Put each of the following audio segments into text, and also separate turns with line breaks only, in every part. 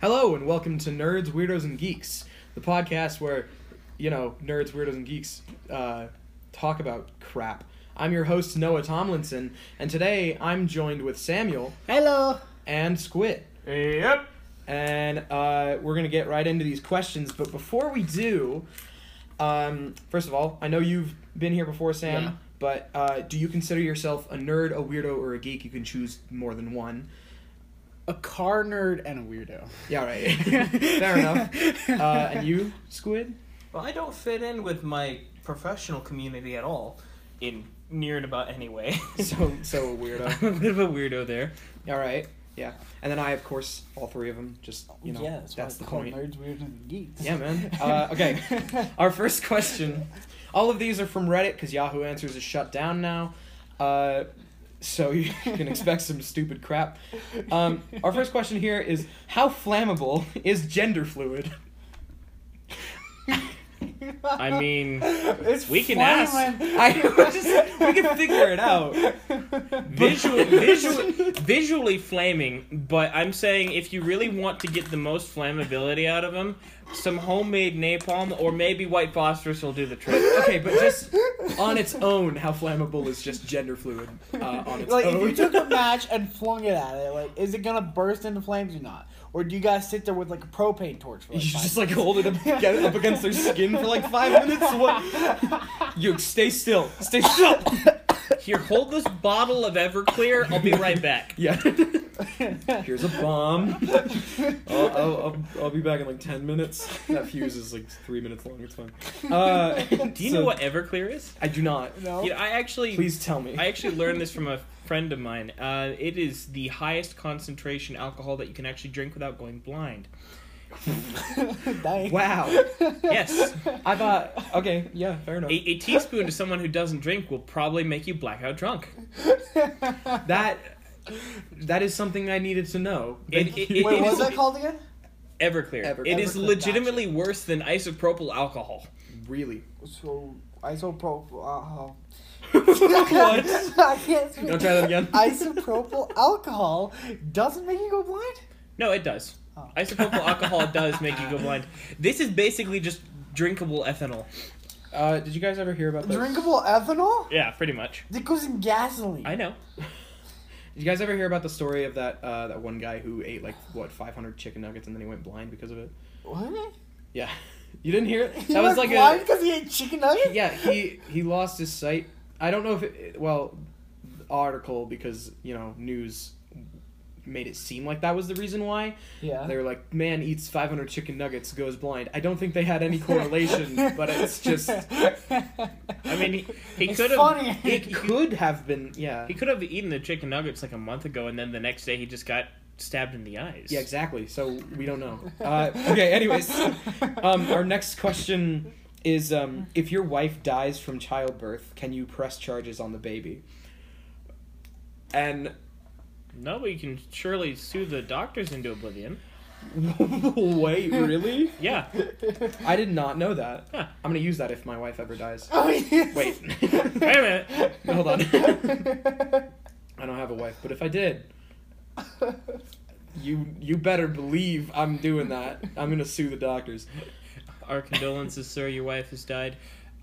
Hello and welcome to Nerds, Weirdos, and Geeks, the podcast where, you know, nerds, weirdos, and geeks uh, talk about crap. I'm your host, Noah Tomlinson, and today I'm joined with Samuel
Hello.
and Squid.
Yep.
And uh, we're going to get right into these questions, but before we do, um, first of all, I know you've been here before, Sam,
Yeah.
but uh, do you consider yourself a nerd, a weirdo, or a geek? You can choose more than one.
A car nerd and a weirdo.
Yeah, right. Fair enough. Uh, and you, Squid?
Well, I don't fit in with my professional community at all, in near and about anyway.
So, so a weirdo.
I'm a bit of a weirdo there.
All right. Yeah. And then I, of course, all three of them. Just you know,
Oh, yeah,
that's,
that's, why it's
the
called
point.
Nerds, weirdos, and geeks.
Yeah, man. Uh, okay. Our first question. All of these are from Reddit because Yahoo Answers is shut down now. Uh, so you can expect some stupid crap. Um, our first question here is how flammable is gender fluid?
I mean,
it's
we can
funny
ask.
when-
I just we can figure it out.
visual, visual, visually flaming, but I'm saying if you really want to get the most flammability out of them, some homemade napalm or maybe white phosphorus will do the trick.
Okay, but just on its own, how flammable is just gender fluid uh, on its
like,
own?
if you took a match and flung it at it, like, is it gonna burst into flames or not? Or do you guys sit there with like a propane torch for like?
You
five
just like hold it up, get it up against their skin for like five minutes. What? You stay still, stay still.
Here, hold this bottle of Everclear. I'll be right back.
Yeah. Here's a bomb. I'll, I'll, I'll, I'll be back in like ten minutes. That fuse is like three minutes long. It's fine. Uh,
Do you
so-
know what Everclear is?
I do not.
No.
You know, I actually,
Please tell me.
I actually learned this from a friend of mine. Uh, it is the highest concentration alcohol that you can actually drink without going blind.
Dang.
wow.
Yes.
I thought. Okay. Yeah. Fair enough.
A, a teaspoon to someone who doesn't drink will probably make you blackout drunk.
That. That is something I needed to know.
It- it- it-
Wait,
it
what was
is-
that called again?
Everclear.
Ever-
It is
Everclear,
legitimately worse than isopropyl alcohol.
really?
So isopropyl alcohol.
what?
I can't speak.
Don't try that again.
Isopropyl alcohol doesn't make you go blind.
No, it does.
Oh.
Isopropyl alcohol does make you go blind. This is basically just drinkable ethanol.
Uh, did you guys ever hear about those?
Drinkable ethanol?
Yeah, pretty much.
It goes in gasoline.
I know.
Did you guys ever hear about the story of that uh, that one guy who ate like what 500 chicken nuggets and then he went blind because of it?
What?
Yeah, you didn't hear it.
He
That was like
went blind
a
because he ate chicken nuggets.
yeah. He he lost his sight. I don't know if it, well, the article because you know news made it seem like that was the reason why
Yeah.
they were like man eats 500 chicken nuggets goes blind i don't think they had any correlation but it's just
I mean, he, he
It's
could have
funny.
he,
it could have been yeah
he could have eaten the chicken nuggets like a month ago, and then the next day he just got stabbed in the eyes.
Yeah, exactly. So we don't know. Uh, okay. Anyways, um, our next question is: um, If your wife dies from childbirth, can you press charges on the baby? And
No, but you can surely sue the doctors into oblivion.
wait, really?
Yeah.
I did not know that.
Huh.
I'm gonna use that if my wife ever dies.
Oh, yes.
Wait.
Wait a minute.
Hold on. I don't have a wife, but if I did, you you better believe I'm doing that. I'm gonna sue the doctors.
Our condolences, sir. Your wife has died.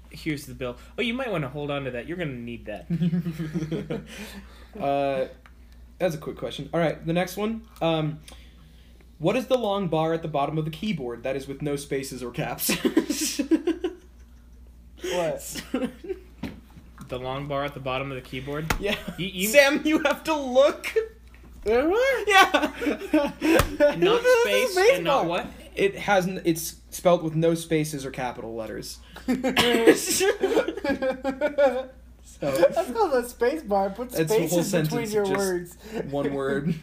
Here's the bill. Oh, you might want to hold on to that. You're going to need that.
uh, that's a quick question. All right, the next one. Um, what is the long bar at the bottom of the keyboard that is with no spaces or caps?
What?
The long bar at the bottom of the keyboard.
yeah.
You- you-
Sam, you have to look. Yeah.
Not
This is
space and
baseball.
not what?
It has. n- It's spelt with no spaces or capital letters.
That's called a space bar. Put
That's the whole
spaces between
sentence,
your
just
words.
One word.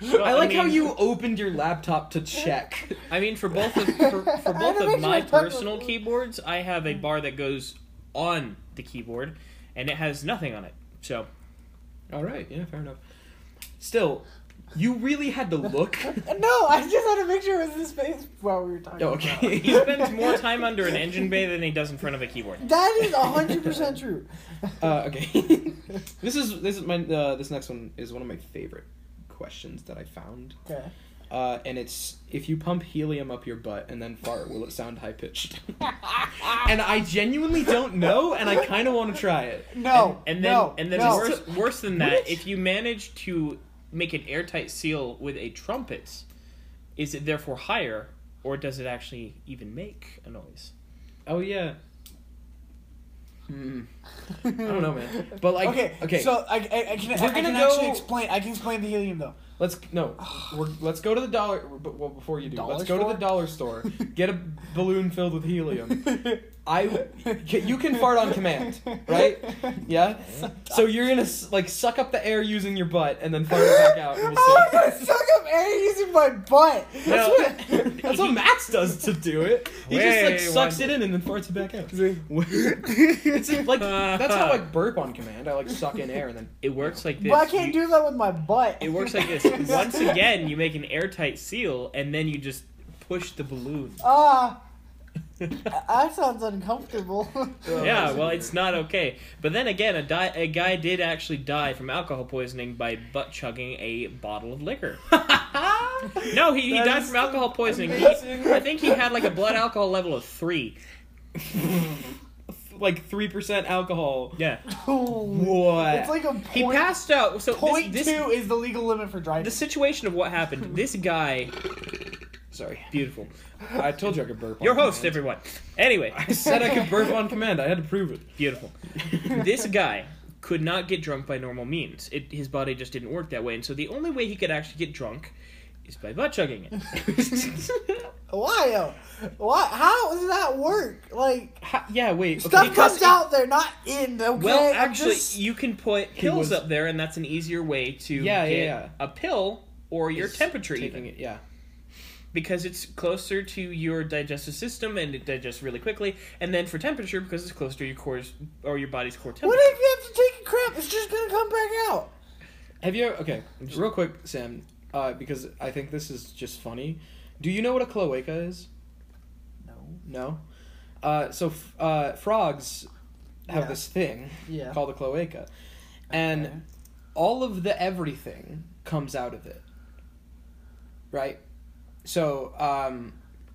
Well,
I like how
mean-
you opened your laptop to check.
I mean, for both of for, for
I
both
don't
of
think
my
my tongue
personal
was-
keyboards, I have a bar that goes on the keyboard, and it has nothing on it. So
All right, yeah, fair enough. Still, you really had to look.
No, I just had to make sure it was the space bar we were talking
oh,
about.
okay.
he spends more time under an engine bay than he does in front of a keyboard.
That is hundred percent true.
Uh, okay. this is this is my uh, this next one is one of my favorite questions that I found.
Okay.
uh, and it's if you pump helium up your butt and then fart, will it sound high pitched? and I genuinely don't know, and I kind of want to try it.
No,
And then,
no,
and then
no.
worse, worse than that, if you manage to make an airtight seal with a trumpet, is it therefore higher, or does it actually even make a noise?
Oh yeah. Hmm. I don't know, man. But like, okay,
okay, So I, I, I can, I,
We're
can
gonna
actually
go-
explain. I can explain the helium though.
let's no, we're, let's go to the dollar. But well, before you do,
Dollar
let's go to
store?
the dollar store. Get a balloon filled with helium. I, you can fart on command, right? Yeah. So you're gonna s- like suck up the air using your butt and then fart it back out. And
I'm
we'll see.
gonna suck up air using my butt.
That's what, that's what Max does to do it. He
Wait,
just like sucks
one-
it in and then farts it back out. It's like that's how I burp on command. I like suck in air and then
It works like this.
But I can't
You-
do that with my butt.
It works like this. Once again, you make an airtight seal, and then you just push the balloon.
Ah, that sounds uncomfortable.
yeah, well, it's not okay. But then again, a, di- a guy did actually die from alcohol poisoning by butt chugging a bottle of liquor. no, he, he
That
died
is
from alcohol poisoning. He-
amazing.
I think he had like a blood alcohol level of three.
like three percent alcohol.
Yeah,
What?
It's like a
he
point-
passed out. So
point
this,
two
this
is the legal limit for driving.
the situation of what happened. This guy,
Sorry,
beautiful.
I told you I could burp. on
Your host,
command.
everyone. Anyway,
I said I could burp on command. I had to prove it.
beautiful. this guy could not get drunk by normal means. It, his body just didn't work that way, and so the only way he could actually get drunk is by butt chugging it.
Why? though? Why? How does that work? Like
Ha- yeah, wait. okay.
stuff
because
comes
it-
out there, not in. Okay.
Well,
I'm
actually,
just-
you can put pills
was-
up there, and that's an easier way to
Yeah, yeah,
get
yeah.
a pill or your
It's
temperature
taking
even,
it. Yeah.
because it's closer to your digestive system and it digests really quickly. And then for temperature, because it's closer to your core's or your body's core temperature.
what if you have to take a crap? It's just gonna come back out.
Have you okay? Real quick, Sam, uh, because I think this is just funny. Do you know what a cloaca is?
No.
No. Uh, so f- uh, frogs have
Yeah.
this thing
Yeah.
called a cloaca, and
Okay.
all of the everything comes out of it. Right. So um,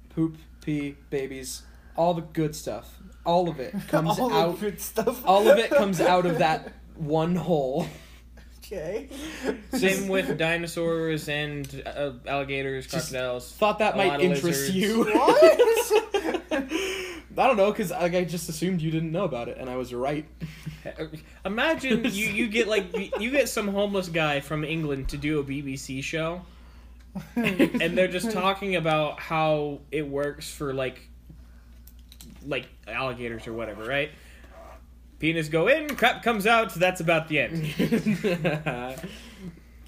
poop, pee, babies, all the good stuff, all of it comes
all
out.
The good stuff.
all of it comes out of that one hole.
okay.
Same with dinosaurs and uh, alligators, crocodiles.
Thought that
A lot
might
of
interest
lizards.
you.
What?
I don't know, cause like, I just assumed you didn't know about it, and I was right.
Uh, Imagine you, you get like you- you get some homeless guy from England to do a BBC show,
Hmm.
and they're just talking about how it works for like like alligators or whatever, right? Penis go in, crap comes out. That's about the end.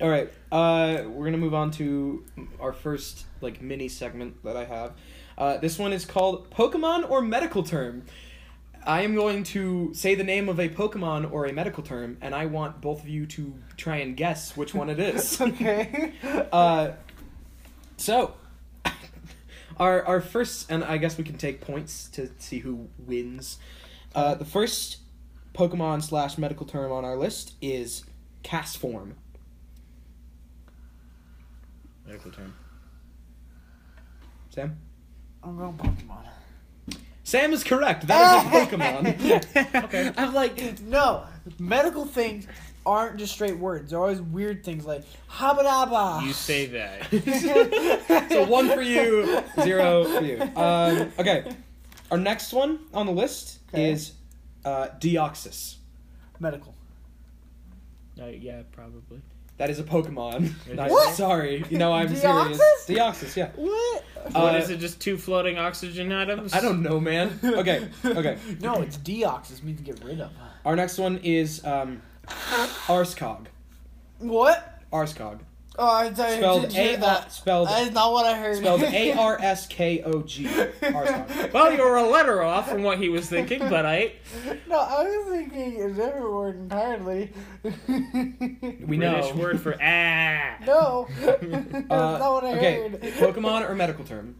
All right, uh, we're gonna move on to our first like mini segment that I have. Uh, this one is called Pokemon or medical term. I am going to say the name of a Pokemon or a medical term, and I want both of you to try and guess which one it is.
okay.
Uh, so our our first, and I guess we can take points to see who wins. Uh, the first Pokemon slash medical term on our list is cast form.
Medical term.
Sam.
I'm going Pokemon.
Sam is correct. That is a Pokemon.
Okay.
I'm like, no, medical things aren't just straight words. They're always weird things like habadaba.
You say that.
so one for you, zero for you. Um, okay. Our next one on the list
Okay.
is uh, Deoxys.
medical.
Uh, yeah, probably.
That is a Pokemon.
It
I'm
is. What?
sorry. You know I'm serious. Deoxys, yeah.
What?
what
Uh,
is it? Just two floating oxygen atoms?
I don't know, man. Okay, okay.
No, it's deox. This means to get rid of.
Our next one is um, Arscog.
What?
Arscog.
Oh, I didn't
Spelled
didn't hear
A R
that.
spelled
That is not what I heard.
spelled A R E. S K O G. Arscog.
Well, you were a letter off from what he was thinking, but I.
No, I was thinking a different word entirely.
We
British
know.
word for ah.
no, that's not what I
Uh, okay,
heard.
Pokemon or medical term?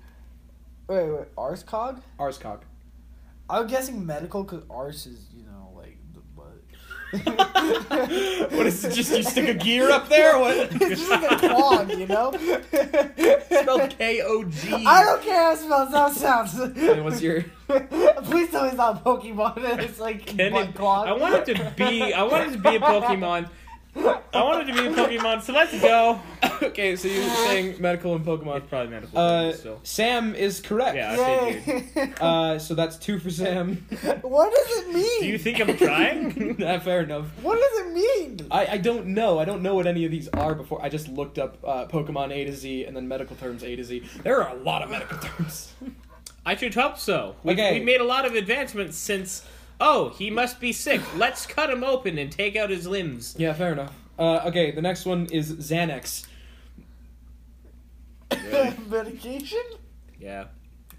Wait, wait, arscog?
Arscog.
I'm guessing medical because arse is, you know, like the butt.
What is it? Just you stick a gear up there? What?
it's just like a clog, you know?
Spelled K O G.
I don't care how it smells, how it sounds.
And what's your?
Please tell me it's not Pokemon. It's like
Can
butt
it-
clog.
I want it to be. I want it to be a Pokemon. I want it to be a Pokemon. So let's go.
okay, so you're saying medical and Pokemon.
It's probably medical.
Uh,
so.
Sam is correct.
Yeah.
Yay.
Uh, so that's two for Sam.
what does it mean?
Do you think I'm trying?
Nah, Fair enough.
what does it mean?
I, I don't know. I don't know what any of these are before. I just looked up uh, Pokemon A to Z and then medical terms A to Z. There are a lot of medical terms.
I should hope so. We've,
Okay.
we've made a lot of advancements since. Oh, he must be sick. Let's cut him open and take out his limbs.
yeah, fair enough. Uh, okay, the next one is Xanax.
Medication?
Yeah.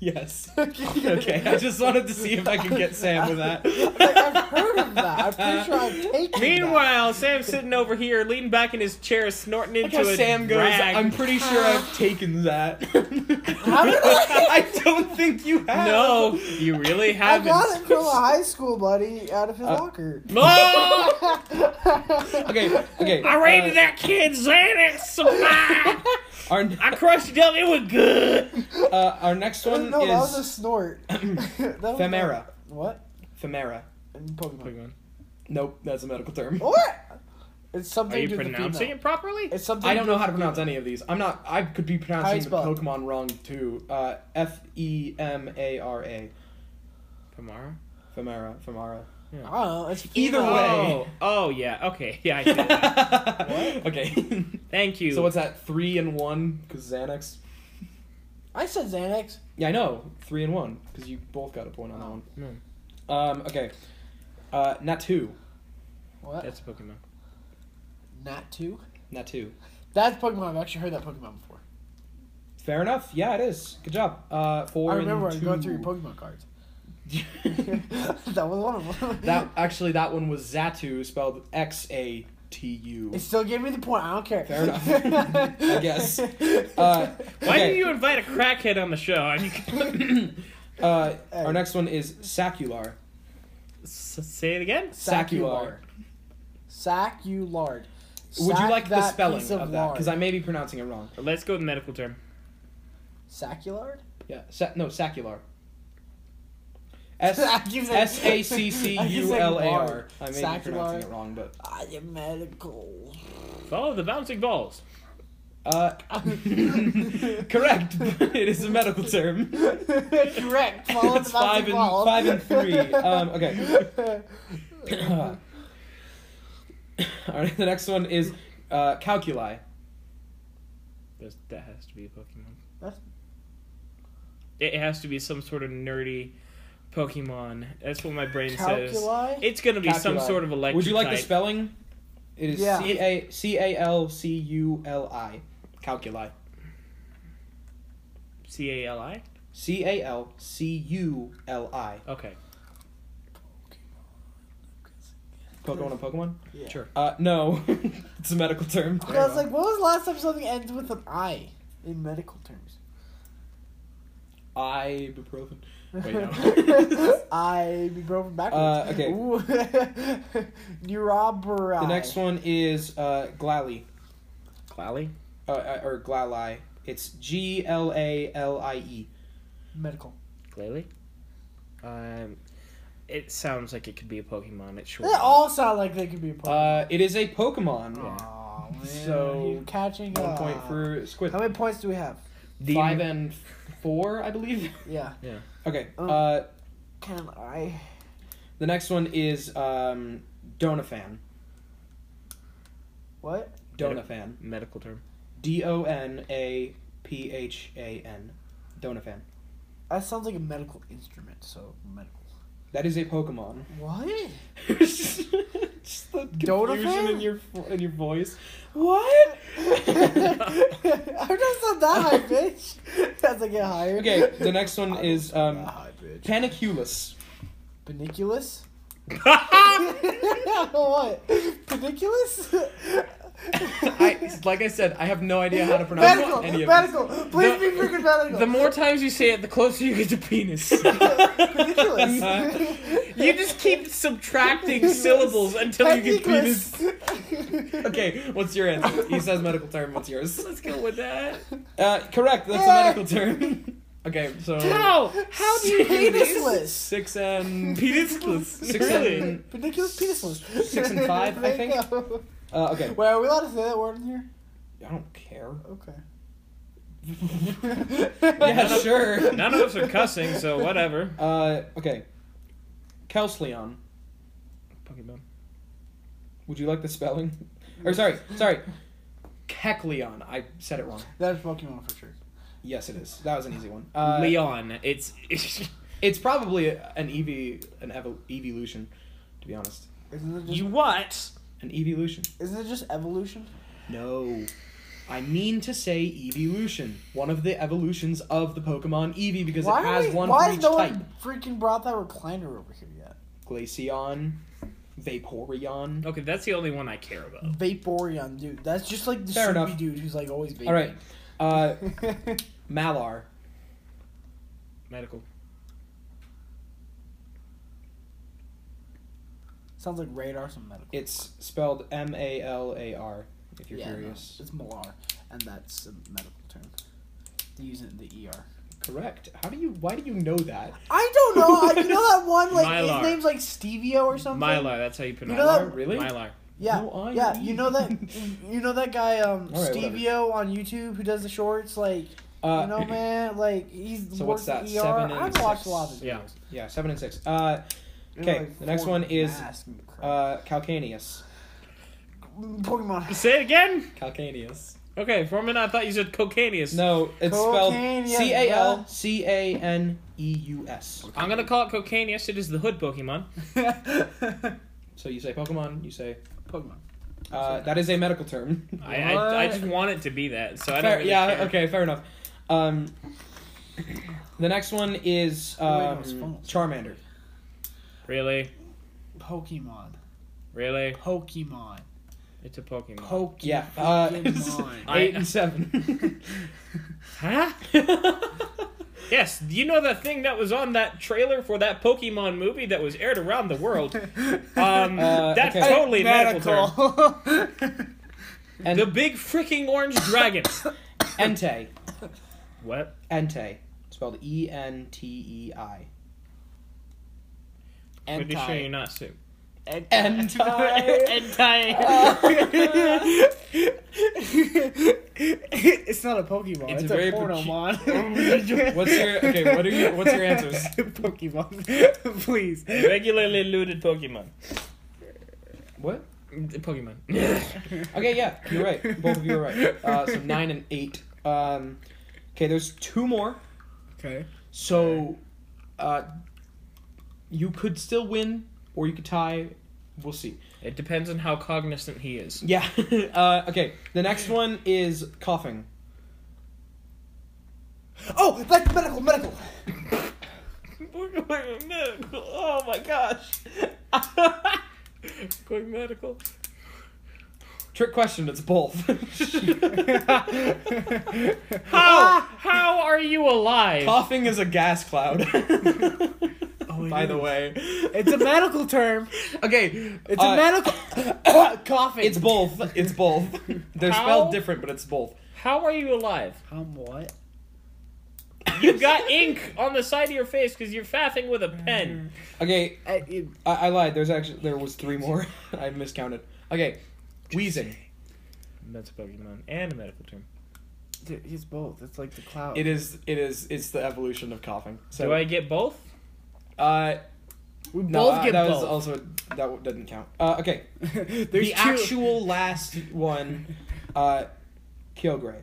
Yes.
Okay.
Okay, I just wanted to see if I could get Sam with that.
Like, I've heard of that. I'm pretty sure I've taken that.
Meanwhile, Sam's sitting over here, leaning back in his chair, snorting
Look
into
how
a
Sam goes.
rag.
I'm pretty sure I've taken that.
How did I?
I don't think you have.
no, you really
I
haven't.
got it from a high school buddy out of his
Uh,
locker.
Oh!
Okay. Okay.
I raided
uh,
that kid Xanax supply.
Our
I crushed it up. It was good.
uh, our next
no,
one
that was a
is
snort. That was
Femera.
not- What?
Femera.
In Pokemon.
Nope, that's a medical term.
Oh, What? It's something
Are you
to do with the
pronouncing
female.
it properly?
It's something.
I don't know how to pronounce any of these. I'm not. I could be
How you
pronouncing the
spell it?
Pokemon wrong too. Uh, F E M A R A.
Tomorrow.
Femera. Femara.
I don't know. It's
Either
female.
way.
Oh, oh yeah. Okay. Yeah, I did that.
okay.
Thank you.
so what's that? Three and one? Cause Xanax.
I said Xanax.
Yeah, I know. Three and one. Cause you both got a point on that one.
Oh,
No,
Um. Okay. Uh. Natu.
What?
that's a Pokemon.
Not two.
Natu.
That's Pokemon. I've actually heard that Pokemon before.
Fair enough. Yeah, it is. Good job. Uh. Four
I remember I
and
was
two.
going through your Pokemon cards.
Pokemon.
that was one of them.
that actually, that one was Zatu, spelled X A T U.
It still gave me the point. I don't care.
Fair enough. I guess. Uh,
Why
okay.
did you invite a crackhead on the show? I mean,
Uh, Our next one is Saccular.
s- say it again.
Saccular.
Sack you lard.
Would you
Sack
like the
that
spelling
piece
of, that?
lard.
Because I may be pronouncing it wrong.
Let's go with the medical term.
Sacculard?
Yeah. Sa- no, Saccular. S
I keep saying-
S A C C
I keep
U
saying
L A R.
lard.
I may be pronouncing it
Saccular.
wrong, but.
I am medical.
Follow the bouncing balls.
Uh, correct. it is a medical term.
Correct. Follow
That's
the mouse
five and-
ball.
five and three. Um, okay. All right, the next one is uh, Calculi.
That's, that has to be a Pokemon.
That's-
It has to be some sort of nerdy Pokemon. That's what my brain says.
Calculi?
It's gonna be some
Calculi.
sort of electric.
Would you like the
type.
spelling? It is
Yeah.
C A C A L C U L I. Calculi.
C A L I?
C A L C U L I.
Okay.
Pokemon and Pokemon?
Yeah.
Sure.
Uh, no. it's a medical term.
I was like, when was the last time something ends with an I in medical terms?
Ibuprofen. Wait, no.
I be broken backwards.
Uh, okay.
Ooh. Neuroborai.
the next one is uh, Glally.
Clally?
Uh, Uh, or Glali. It's G L A L I E.
Medical.
Glalie? Um, it sounds like it could be a Pokemon. It's
They
short.
all sound like they could be a Pokemon.
Uh, it is a Pokemon.
Oh. Aw, man.
Uh, So,
You're catching
One
up.
point for Squid.
How many points do we have?
The-
Five and four, I believe.
Yeah.
Okay.
Oh.
Uh,
Can I?
the next one is um, Donafan.
What?
Donafan.
medical term.
D O N A P H A N. Donafan.
That sounds like a medical instrument. So medical.
That is a Pokemon.
What?
Just the confusion
Donafan?
in your in your voice. What?
I'm just not that high, bitch. As I get higher.
Okay, the next one
I
is,
don't sound
um,
that high, bitch.
Paniculus.
Paniculus? what? Paniculus?
I, like I said, I have no idea how to pronounce
medical,
any of these.
medical. Please
The-
be freaking medical.
The more times you say it, the closer you get to penis.
Ridiculous.
you just keep subtracting syllables until you get penis.
Ridiculous.
Okay, what's your answer? He says medical term. What's yours?
Let's go with that.
Uh, correct. That's a medical term. Okay, so
How? How do you do this?
Penisless.
six and
Penisless.
Six
really?
and
Ridiculous penisless.
Six and five, I
There you
think.
go.
uh, okay.
Wait, are we allowed to say that word in here?
I don't care.
Okay.
Yeah, sure.
None of us are cussing, so whatever.
Uh, okay. Kelsleon.
Pokemon.
Would you like the spelling? Or sorry, sorry. Kecleon. I said it wrong.
That's Pokemon for sure.
Yes, it is. That was an easy one. Uh,
Leon. It's. it's
It's probably a- an EV, an evo- evolution, to be honest.
Isn't it just,
you what?
An evolution.
isn't it just evolution?
No. I mean to say evolution. One of the evolutions of the Pokemon Eevee because
Why,
it
are
has
we-
one
why
for
has
each
no
type.
one freaking brought that recliner over here yet?
Glaceon, Vaporeon.
Okay, that's the only one I care about.
Vaporeon, dude. That's just like the
Fair
soupy
enough.
dude who's like always vaping.
All right. Uh,
right.
Malar.
Medical.
Sounds like radar, some medical.
It's spelled M A L A R. If you're
Yeah, no,
curious.
it's Malar, and that's a medical term. They use it in the ER.
Correct. How do you? Why do you know that?
I don't know. I, you know that one like
Mylar.
his name's like Stevio or something.
Mylar. That's how you pronounce
know
it.
that- Really?
Mylar.
Yeah,
No, I
yeah.
mean-
You know that. You know that guy um
All right, whatever.
Stevio on YouTube who does the shorts. Like
Uh,
you know, man. Like he's
So
works
what's
at
that,
ER.
seven and
I've watched
six?
a lot of his
Yeah.
videos.
Yeah, seven and six. Uh,
You know,
okay.
like,
the next
four
one is
masks and crap.
uh, Calcaneus.
Pokemon.
Say it again.
Calcaneus.
Okay, for a minute I thought you said cocaneus.
No, it's spelled
Calcaneus,
C A L C A N E U S.
I'm gonna call it cocaneus. It is the hood Pokemon.
So you say Pokemon. You say
Pokemon.
uh, that is a medical term.
I, I, I just want it to be that, so I don't
Fair-
really
yeah.
care.
Okay. Fair enough. Um, the next one is
Oh, wait,
um,
no, it's phones.
Charmander.
Really?
Pokemon.
Really?
Pokemon.
It's a Pokemon.
Pokemon.
Yeah. Uh,
Pokemon.
eight
I-
and seven.
huh? yes, do you know that thing that was on that trailer for that Pokemon movie that was aired around the world? Um,
Uh,
that's
okay.
totally a medical, term.
and
The big freaking orange dragon.
Entei.
what?
Entei. Spelled E N T E I.
Pretty sure you're not soup.
Entei.
Entire.
it's not a Pokemon.
It's
It's,
a
a,
very
Pornomon.
What's your okay? What are your what's your answers?
Pokemon. Please.
Regularly looted Pokemon.
What?
Pokemon.
Okay, yeah, you're right. Both of you are right. Uh, so nine and eight. Um, okay, there's two more.
Okay.
So, uh, you could still win or you could tie. We'll see.
it depends on how cognizant he is.
Yeah. uh, okay. The next one is coughing.
Oh, that's medical, medical.
We're going medical. Oh my gosh. going medical.
Trick question. It's both. Ah.
How Oh, how are you alive?
coughing is a gas cloud. By the way,
It's a medical term.
okay.
It's a medical. coughing.
Uh, It's both. It's both. They're
How?
spelled different, but it's both.
How are you alive?
Um, what?
You got ink on the side of your face because you're faffing with a pen.
Okay,
I, it,
I, I lied. There's actually there was three more. I miscounted. Okay, wheezing.
That's a Pokemon and a medical term.
dude, it's both. It's like the cloud.
It is. It is. It's the evolution of coughing. So
Do I get both?
Uh,
We
no,
both
uh,
get
that was
both.
also that w- doesn't count. Uh, okay,
There's
the actual last one. Uh, Kyogre.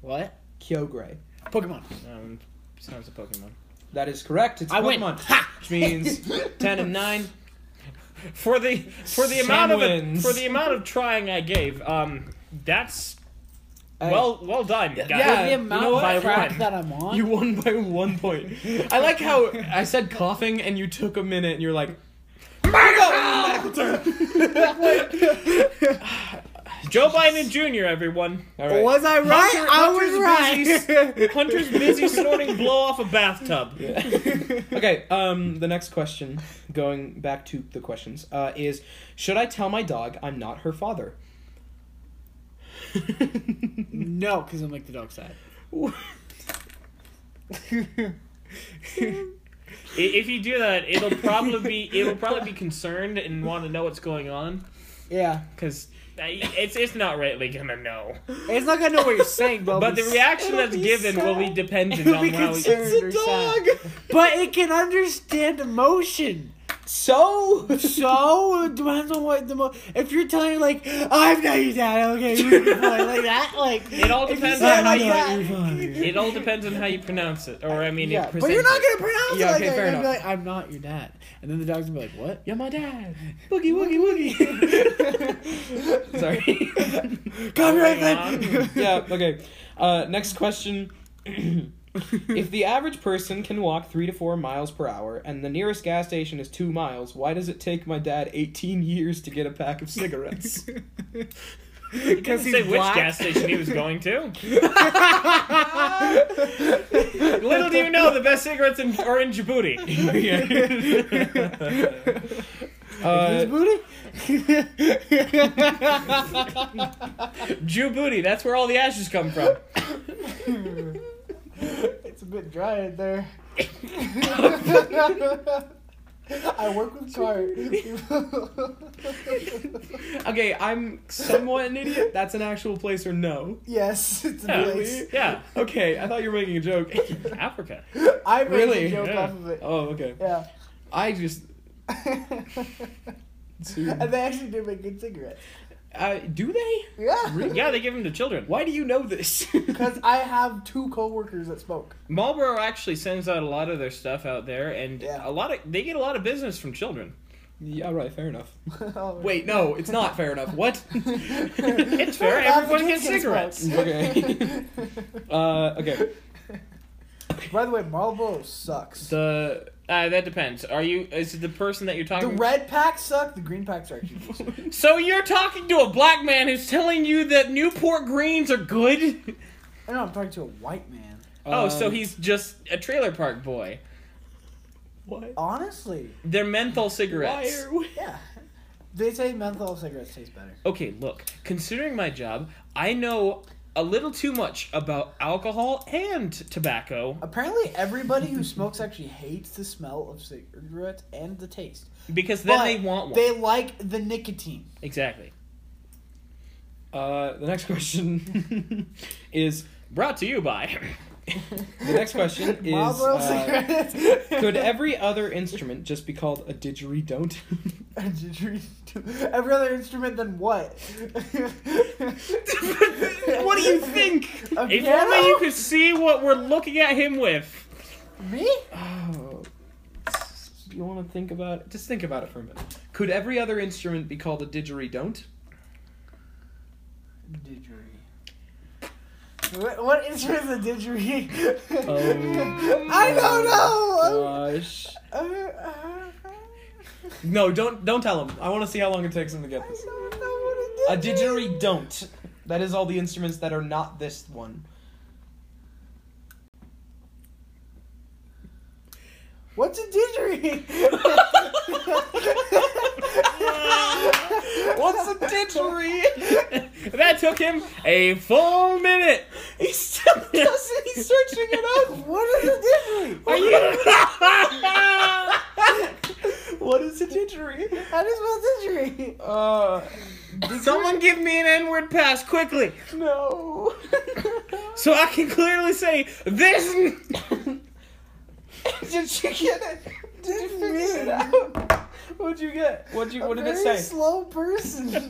what?
Kyogre.
Pokemon.
Um, sounds a Pokemon.
That is correct. It's
I win.
Pokemon, which means ten and nine.
For the for the
Sam
amount of
wins.
for the amount of trying I gave, um, that's
Hey,
well well done, guys.
yeah.
the
you
amount
know what?
of crap
Fine.
that I'm on.
You won by one point. I like how I said coughing and you took a minute and you're like,
Joe Biden Jr. Everyone.
All right.
Was I right?
Hunter-
I
Hunter's
was right.
Hunter's busy snorting blow off a bathtub.
Okay, um, the next question, going back to the questions, uh, is Should I tell my dog I'm not her father?
no, because I'm like the dog side.
I- If you do that, it'll probably be it'll probably be concerned and want to know what's going on
Yeah,
because it's it's not rightly gonna know.
it's not gonna know what you're saying, but
But the reaction
It'll
that's
be
given will
sad.
be dependent
It'll
on
be
how we.
concerned.
it's a dog!
but it can understand emotion.
So?
So it depends on what the mo- if you're telling like I'm not your dad, okay, you're fine, like that, like
It all
if you
depends
say
on how
like
you-
that-
It all depends on how you pronounce it, or I mean,
Yeah,
it
but you're
presents
not
it.
gonna pronounce
Yeah,
it like
okay,
that.
fair
You're gonna be
enough.
like, I'm not your dad, and then the dog's gonna be like, what?
You're my dad. Boogie, woogie, woogie. Sorry.
Copyright
Moving
claim.
yeah, okay. Uh, next question. if the average person can walk three to four miles per hour and the nearest gas station is two miles, why does it take my dad 18 years to get a pack of cigarettes?
You didn't say which gas station he was going to. Little do you know, the best cigarettes in, are in Djibouti.
Uh,
Djibouti, that's where all the ashes come from.
it's a bit dry in there. I work with cart.
okay, I'm somewhat an idiot. That's an actual place or no?
yes, it's a
Yeah,
place.
yeah.
Okay, I thought you were making a joke.
Africa.
I made
Really?
a joke
Yeah.
off of it.
Oh, okay.
Yeah.
I just.
and they actually do make good cigarettes.
Uh, do they?
Yeah.
Yeah, they give them to children.
Why do you know this?
Because I have two coworkers that smoke.
Marlboro actually sends out a lot of their stuff out there, and
Yeah.
a lot of they get a lot of business from children.
yeah, right, fair enough. Wait, no, it's not fair enough. What?
It's fair.
Half the
Everyone
kids
gets
can
cigarettes.
smoke.
Okay. uh, okay.
By the way, Marlboro sucks. The,
The uh, that depends. Are you? Is it the person that you're talking?
red packs suck. The green packs are actually. decent.
so you're talking to a black man who's telling you that Newport Greens are good?
I know I'm talking to a white man.
oh, so
Um,
he's just a trailer park boy.
What?
Honestly,
They're menthol
Why
cigarettes.
are we...
yeah. They say menthol cigarettes taste better.
Okay, look. Considering my job, I know a little too much about alcohol and tobacco
Apparently, everybody who smokes actually hates the smell of cigarettes and the taste.
because then
But
they want one.
They like the nicotine.
Exactly.
Uh, the next question is
Brought to you by.
the next question is
Marlboro
uh,
cigarettes.
could every other instrument just be called a didgeridoo?
Every other instrument than what?
what do you think?
A
If
piano?
only you could see what we're looking at him with.
Me?
oh, you want to think about just think about it for a minute. Could every other instrument be called a didgeridoo?
Didgeridoo. What, what instrument is a
Um,
didgeridoo?
Oh.
I don't know.
Gosh.
Uh,
No, don't don't tell him. I want to see how long it takes him to get
I
this.
don't know what
A didgeridoo. That is all the instruments that are not this one.
What's a didgeridoo?
What's a didgeridoo?
That took him a full minute.
He's still guessing. He's searching it up.
what is a didgeridoo?
Are you?
What is a didgeridoo?
How do you spell didgeridoo?
Uh,
Someone give me an N-word pass quickly,
no.
so I can clearly say this.
Did you get it? Did you figure it
Me.
out? What'd you get? What'd you?
A
What did it
very
say?
slow person.
No.
no.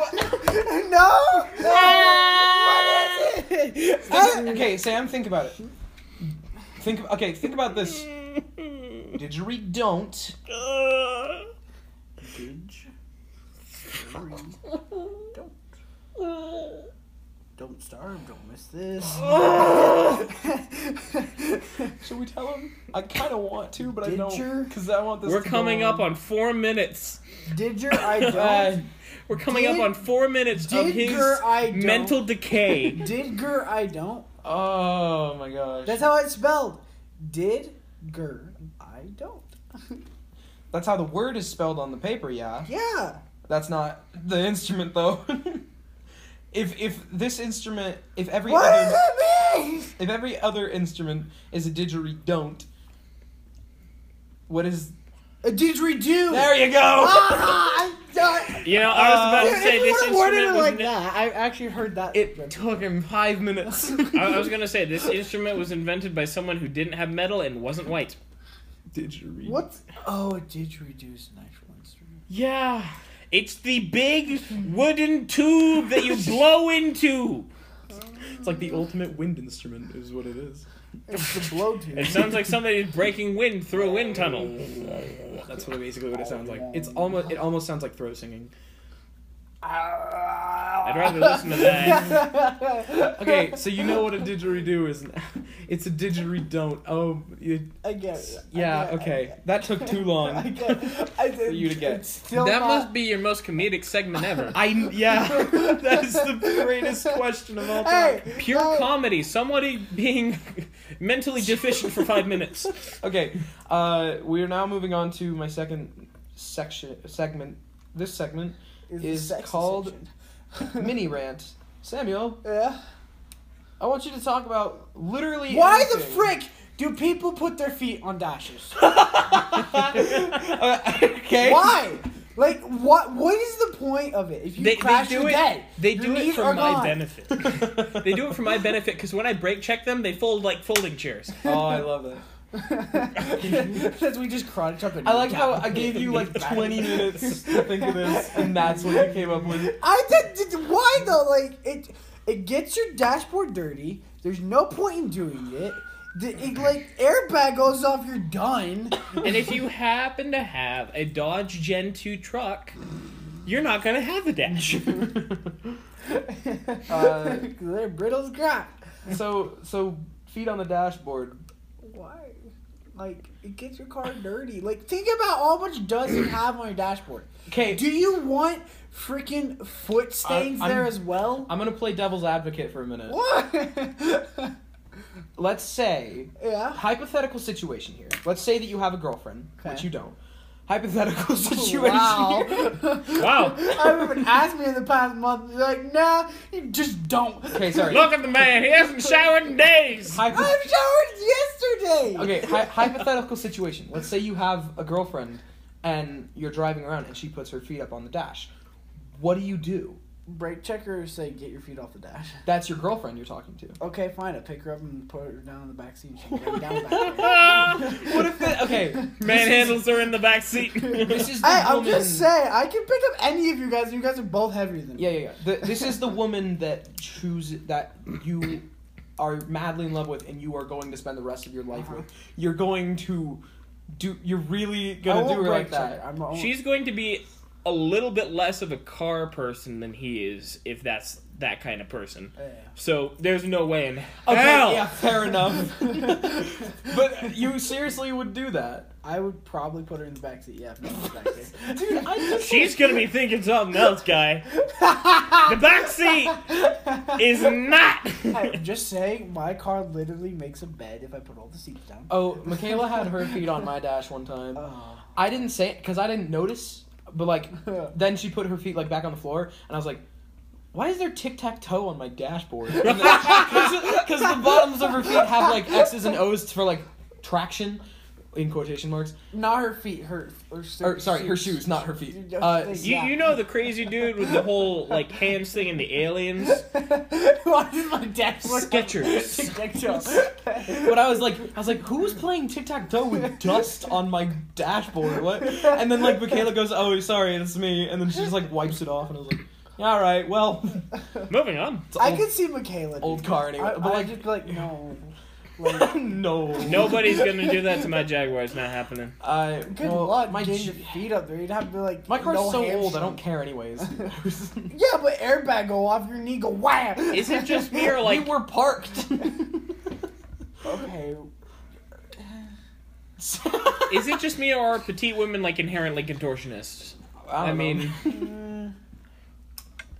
what is it?
Think- okay, Sam. Think about it. Think. Okay, think about this. Didgeridoo. Don't.
Don't. Don't starve. Don't miss this.
Oh.
Should we tell him? I kind of want to, but I
Did
don't.
you?
Because I want this.
We're
to go
coming up
on.
on four minutes.
Didger, I
Uh,
don't.
We're coming
Did-
up on four minutes of
did
his
Ger- I don't-
mental decay.
Didger, I don't.
Oh my gosh.
That's how it's spelled. Didger, I don't.
That's how the word is spelled on the paper, yeah.
Yeah.
That's not the instrument though. if if this instrument, if every
What does
other,
that mean?
if every other instrument is a didgeridoo, what is?
A didgeridoo.
There you go.
Ah, I, I,
You know, I was about
Dude,
to say
if
this
you would've worded
instrument
Uh, it
was
like
ne-
that, I actually heard that.
It took him five minutes.
I I was gonna say this instrument was invented by someone who didn't have metal and wasn't white.
Didgeridoo.
What's oh a didgeridoo is an actual instrument.
Yeah.
It's the big wooden tube that you blow into.
It's like the ultimate wind instrument is what it is.
It's the blow
It
tube.
sounds like somebody's breaking wind through a wind tunnel.
That's what basically what it sounds like. It's almost it almost sounds like throw singing.
I'd
rather listen to that.
Okay, so you know what a didgeridoo is now. It's a didgeridoo. Oh, it,
I get it. I
yeah,
get it, I
okay.
get it.
That took too long.
I get it. I,
For you to get.
it's Still
that
not,
must be your most comedic segment ever.
I yeah, that is the greatest question of all time.
Hey,
Pure
no,
comedy. Somebody being mentally deficient for five minutes.
Okay, uh, we are now moving on to my second section segment. This segment
the
is
sex
called
section.
mini rant. Samuel,
yeah.
I want you to talk about literally.
Why the
anything.
frick do people put their feet on dashes?
Uh, okay.
Why? Like what? What is the point of it? If you
They, they
crash,
do
you're
it.
dead.
They
Your
do it
knees
for
are
my
gone.
benefit. They do it for my benefit because when I break check them, they fold like folding chairs.
Oh, I love that.
That's we just crotch chopped.
I like how I gave you like 20 minutes to think of this, and that's what you came up with.
I did, did- Why though? Like it, it gets your dashboard dirty. There's no point in doing it. The, it like airbag goes off. You're done.
And if you happen to have a Dodge Gen 2 truck, you're not gonna have a dash.
Uh,
They're brittle as crap.
So, so feet on the dashboard.
Why? Like it gets your car dirty. Like think about how much dust you have on your dashboard.
Okay,
Do you want freaking foot stains
I'm-
there as well?
I'm gonna play devil's advocate for a minute.
what?
Let's say
yeah.
hypothetical situation here. Let's say that you have a girlfriend, which
Okay.
you don't. Hypothetical situation.
Wow.
here.
Wow.
Everyone asked me in the past month, they're like, nah, you just don't.
Okay, sorry.
Look at the man, he hasn't showered in days!
Hypo-
I've showered yesterday.
okay, hy- hypothetical situation. Let's say you have a girlfriend and you're driving around and she puts her feet up on the dash. What do you do?
Brake checker say get your feet off the dash.
That's your girlfriend you're talking to.
Okay, fine. I pick her up and put her down in the back seat. and she can go down the back seat.
Ah,
What if the, okay?
manhandles are in the back seat.
This is the
Hey, I'm
woman.
just saying, I can pick up any of you guys. You guys are both heavier than me.
Yeah, yeah, yeah. The, this is the woman that choose that you are madly in love with, and you are going to spend the rest of your life
Uh-huh.
with. You're going to do. You're really
I
gonna
won't
do her
brake
like that.
check her. I'm, I won't-
She's going to be a little bit less of a car person than he is if that's that kind of person.
Yeah.
So there's no way in hell.
Okay, yeah, fair enough. but you seriously would do that,
I would probably put her in the back seat. Yeah, if not in the back seat.
dude? I just
She's gonna be thinking something else, guy. The back seat is not.
I'm just saying, my car literally makes a bed if I put all the seats down.
Oh, Michaela had her feet on my dash one time.
Oh.
I didn't say it because I didn't notice, but like then she put her feet like back on the floor, and I was like, "Why is there tic tac toe on my dashboard?" Because the bottoms of her feet have like X's and O's for like traction, in quotation marks.
Not her feet, her, her shoes.
Or Er, sorry, her shoes, not her feet.
Yeah,
Uh,
You, you know the crazy dude with the whole like hands thing in the aliens.
Why does my dad look
Skechers.
Tic Tac Toe?
but I was like, I was like, who was playing tic tac toe with dust on my dashboard? What? And then like Michaela goes, "Oh, sorry, it's me," and then she just like wipes it off, and I was like, "All right, well,
Moving on.
it's
I
old-
could see Michaela. doing
old
that.
car anyway,
I,
but,
I
like-
just be like no. Like,
no,
Nobody's gonna do that to my Jaguar. It's not happening.
I
good
Uh, well,
luck
My
getting
G-
your feet up there. You'd have to be like
My car's
no
so
hamstring.
old, I don't care anyways.
Yeah, but airbag go off, your knee go wham.
Is it just me or like
we were parked.
okay?
is it just me or are petite women like inherently contortionists? I, mean,
Mm,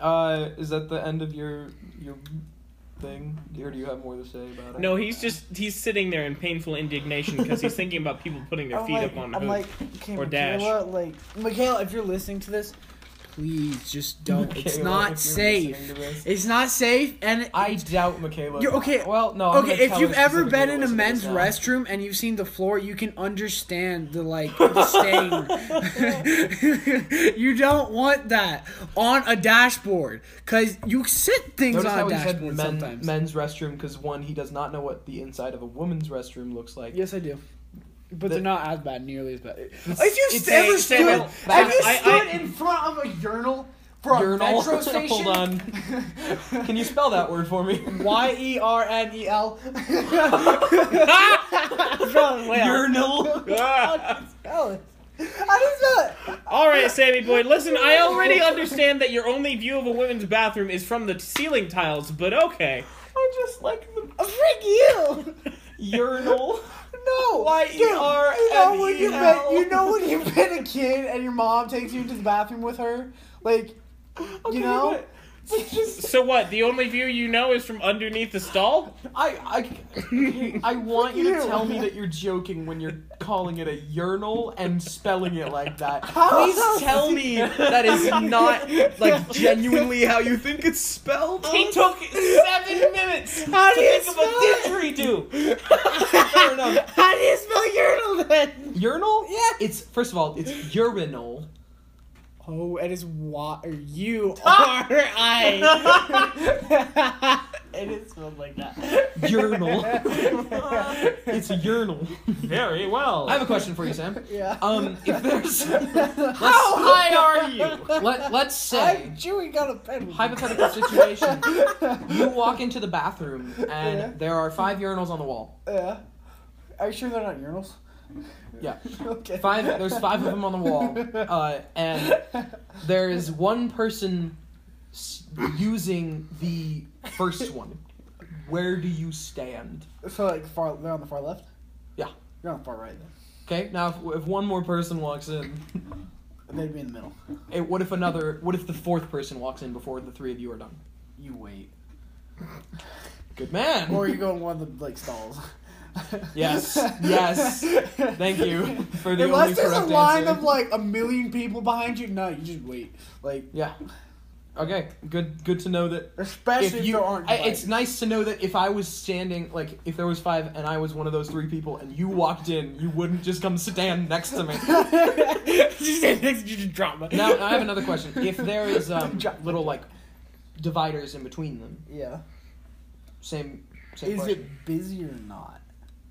Uh, is that the end of your your thing, or do you have more to say about it?
No, he's just he's sitting there in painful indignation because he's thinking about people putting their
uh, I'm
feet
like,
up on
I'm
hoof.
like, okay,
Or dash.
Michaela, like, Michaela, if you're listening to this, please just don't.
Michaela, if
it's
you're
not
listening to this.
safe. It's not safe, and
I
it's-
doubt Michaela.
You're- okay,
Well, no. I'm gonna
Okay, if
tell
you've
her
ever
specifically
been
to
in a
listen to this
men's
now.
restroom and you've seen the floor, you can understand the like the stain. you don't want that on a dashboard because you sit things
Notice how
on a
he said
dashboard
men,
sometimes.
men's restroom because one, he does not know what the inside of a woman's restroom looks like.
Yes, I do. But
The-
they're not as bad, nearly as bad. If
it's
you st- ever
a-
stood,
well,
have you
I- I-
stood in front of a urinal for
Urinal.
a metro station?
Hold on. Can you spell that word for me?
Y e r n e l.
Urinal.
Ah!
Spell it. How do you spell it?
All right, Sammy boy. Listen, I already understand that your only view of a women's bathroom is from the ceiling tiles, but okay.
I just like the
Frick you!
urinal.
No!
Y
Dude,
E R
You know when you've
N E L.
been, you know when you've been a kid and your mom takes you to the bathroom with her, like, you know.
but- but just
So what? The only view you know is from underneath the stall?
I I I want you,
Fuck
to
you.
tell me that you're joking when you're calling it a urinal and spelling it like that.
How
Please
else
tell
is
me that is not like genuinely how you think it's spelled.
He took seven minutes
How do
to
you
think of
spell
a
it?
didgeridoo.
Fair enough.
How do you spell urinal then?
Urinal?
Yeah.
It's first of all, it's urinal.
Oh, it is Y or U R I. It is spelled like that.
Urinal. it's a urinal.
Very well.
I have a question for you, Sam.
Yeah.
Um, if there's
How
high are you?
let let's say
I'm chewing on a pen.
hypothetical situation, you walk into the bathroom and
Yeah.
there are five urinals on the wall.
Yeah. Are you sure they're not urinals?
Yeah.
Okay.
Five. There's five of them on the wall, uh, and there is one person s- using the first one. Where do you stand?
So like far, they're on the far left.
Yeah.
They're on the far right. Then.
Okay. Now, if, if one more person walks in,
They'd be in the middle.
eh, what if another? What if the fourth person walks in before the three of you are done?
You wait.
Good man.
Or you go in one of the like stalls.
Yes, yes. Thank you for the only
Unless there's a
correct
line
answer.
of like a million people behind you, no, you just wait. Like
yeah. Okay. Good. Good to know that
especially if,
if you
there aren't.
I, it's nice to know that if I was standing, like if there was five and I was one of those three people, and you walked in, you wouldn't just come stand next to me. now,
She said next to drama.
now I have another question. If there is um,
Drop
little like dividers in between them,
yeah.
same same
Is
question.
it busy or not?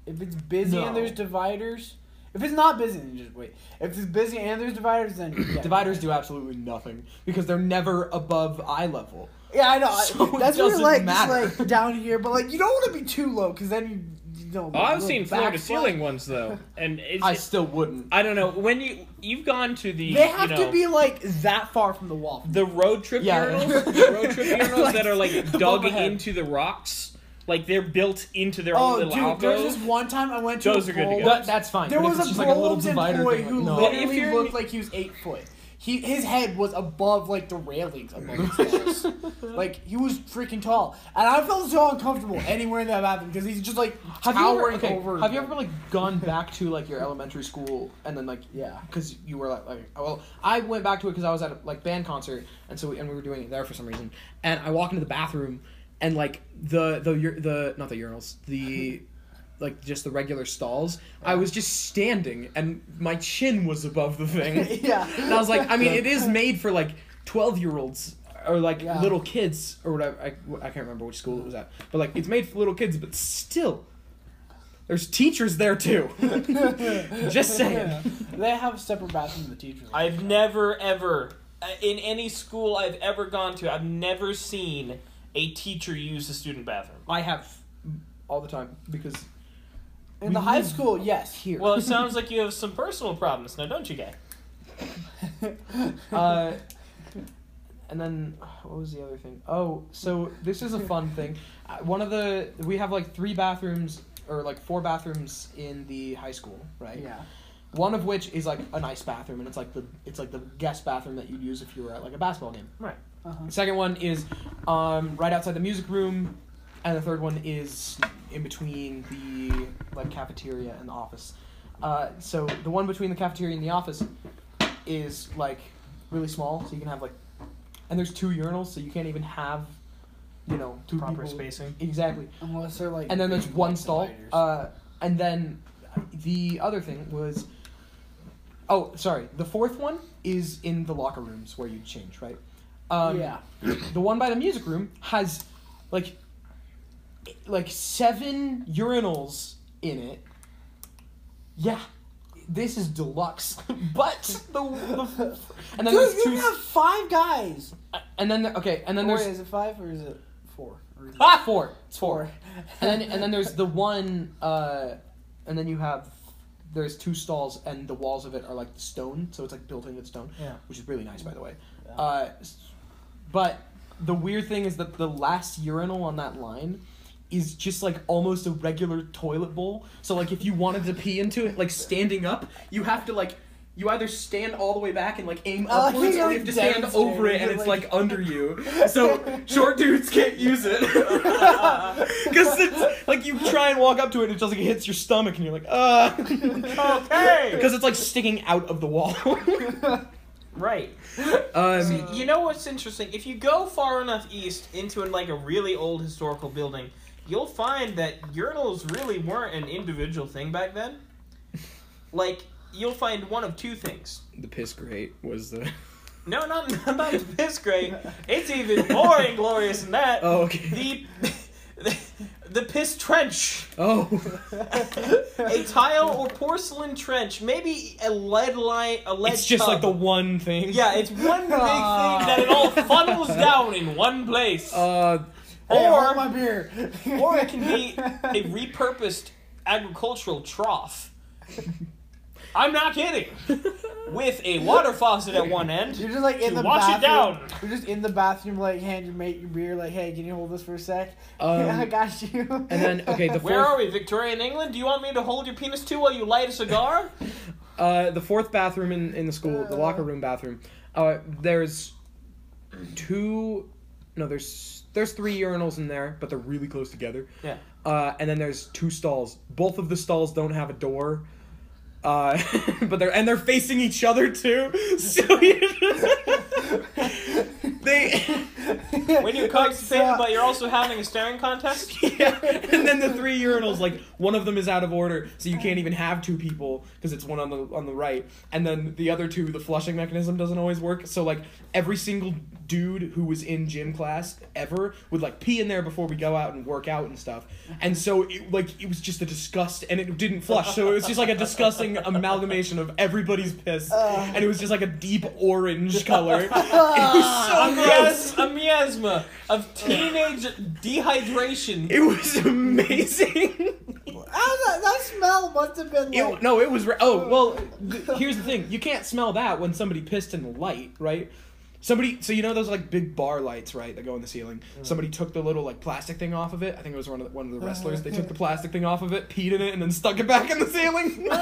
If it's busy
No.
and there's dividers, if it's not busy, then you just wait. If it's busy and there's dividers, then yeah.
Dividers do absolutely nothing because they're never above eye level.
Yeah, I know. I-
So it
That's what
doesn't
you're like,
matter.
just like down here, but like you don't want to be too low because then you, you know.
Oh, I've
little
seen floor to
backflip.
ceiling ones though, and it's,
I still wouldn't.
I don't know when you you've gone to the
They have
you know,
to be like that far from the wall.
the road trip
Yeah.
urinals, the road trip urinals that are like dug
ahead.
into the rocks, like they're built into their own
Oh,
little
dude, there was
alcoves.
this one time I went to.
Those
a
are good to
Bro-
go.
That, that's fine.
There
but if
was
it's
a
just like a little
Brolins
divider
employee
thing, like,
who
no.
But if
literally
you're-
looked like he was eight foot. He his head was above like the railings above the stairs. like he was freaking tall, and I felt so uncomfortable anywhere in that bathroom because he's just like
Have you, ever,
towering
okay,
over.
have you ever like gone back to like your elementary school and then like
Yeah.
because you were like, like well I went back to it because I was at a like band concert and so we, and we were doing it there for some reason and I walk into the bathroom and like the the ur- the not the urinals the like just the regular stalls I was just standing and my chin was above the thing
Yeah.
and I was like I mean it is made for like twelve year olds. Or like
Yeah.
little kids, or whatever. I, I can't remember which school it was at, but like it's made for little kids. But still, there's teachers there too. Just saying.
They have a separate bathroom for the teachers.
I've never ever uh, in any school I've ever gone to, I've never seen a teacher use the student bathroom.
I have all the time because
in the
we
high
live
school, yes.
here.
Well, it sounds like you have some personal problems now, don't you, guy?
uh, and then what was the other thing? Oh, so this is a fun thing. Uh, One of the we have like three bathrooms or like four bathrooms in the high school, right?
Yeah.
One of which is like a nice bathroom, and it's like the it's like the guest bathroom that you'd use if you were at like a basketball game.
Right.
Uh-huh.
The second one is um, right outside the music room, and the third one is in between the like cafeteria and the office. Uh, so the one between the cafeteria and the office is like really small, so you can have like, and there's two urinals, so you can't even have, you know, two
Proper
people-
spacing.
Exactly
Unless they're like.
and then there's
big
one stall.
dividers.
Uh, and then the other thing was, oh, sorry, the fourth one is in the locker rooms where you change, right? Um,
yeah.
The one by the music room has, like, like seven urinals in it. Yeah. This is deluxe, but the, the Uh, and then
Dude,
there's
you
two,
have five guys.
and then there- okay, and then
Wait,
there's
is it five or is it four? Or is it
ah four, it's four,
four.
and then and then there's the one uh and then you have there's two stalls and the walls of it are like stone so it's like built into stone
Yeah.
which is really nice by the way
Yeah.
uh s- but the weird thing is that the last urinal on that line is just like almost a regular toilet bowl so like if you wanted to pee into it like standing up you have to like you either stand all the way back and like aim
Oh, I like how
upwards,
you're,
or you have
like,
to stand
demonstrating.
over it, and
You're,
it's
like-
like under you. So short dudes can't use it. Because it's like you try and walk up to it, and it just like hits your stomach, and you're like, uh.
Okay.
Because it's like sticking out of the wall.
Right.
um,
You know what's interesting? If you go far enough east into like a really old historical building, you'll find that urinals really weren't an individual thing back then. Like you'll find one of two things.
the piss grate was the.
No, not not the piss grate. It's even more inglorious than that.
Oh, okay.
The, the the piss trench.
Oh.
A tile or porcelain trench, maybe a lead line, a lead.
It's just
tub.
like the one thing.
Yeah, it's one big thing
Ah.
that it all funnels down in one place.
Uh,
Hey,
Or-
hold my beer.
or it can be a repurposed agricultural trough. I'm not kidding. With a water faucet at one
You're
end.
just like in
To
the
wash it
bathroom.
down.
You're just in the bathroom, like hand your mate your beer, like, hey, can you hold this for a sec?
Um,
yeah, I got you. And
then, okay, the
Where
Fourth-
are we, Victorian England? Do you want me to hold your penis too while you light a cigar?
Uh, the fourth bathroom in, in the school, the locker room bathroom. Uh, there's two, no, there's there's three urinals in there, but they're really close together.
Yeah.
Uh, and then there's two stalls. Both of the stalls don't have a door. Uh, but they're and they're facing each other too. So you- they
When you're
uh,
constipated, but you're also having a staring contest?
yeah. And then the three urinals, like one of them is out of order, so you can't even have two people because it's one on the on the right, and then the other two, the flushing mechanism doesn't always work. So like every single dude who was in gym class ever would like pee in there before we go out and work out and stuff, and so it, like it was just a disgust, and it didn't flush, so it was just like a disgusting amalgamation of everybody's piss,
Ugh.
and it was just like a deep orange color. It was
A,
so gross.
mias- a miasma of teenage dehydration.
It was amazing.
How that, that smell must have been like.
It, no, it was. Re- oh well. Th- here's the thing: you can't smell that when somebody pissed in the light, right? Somebody. So you know those like big bar lights, right? That go in the ceiling. Somebody took the little like plastic thing off of it. I think it was one of the, one of the wrestlers. They took the plastic thing off of it, peed in it, and then stuck it back in the ceiling.
Why?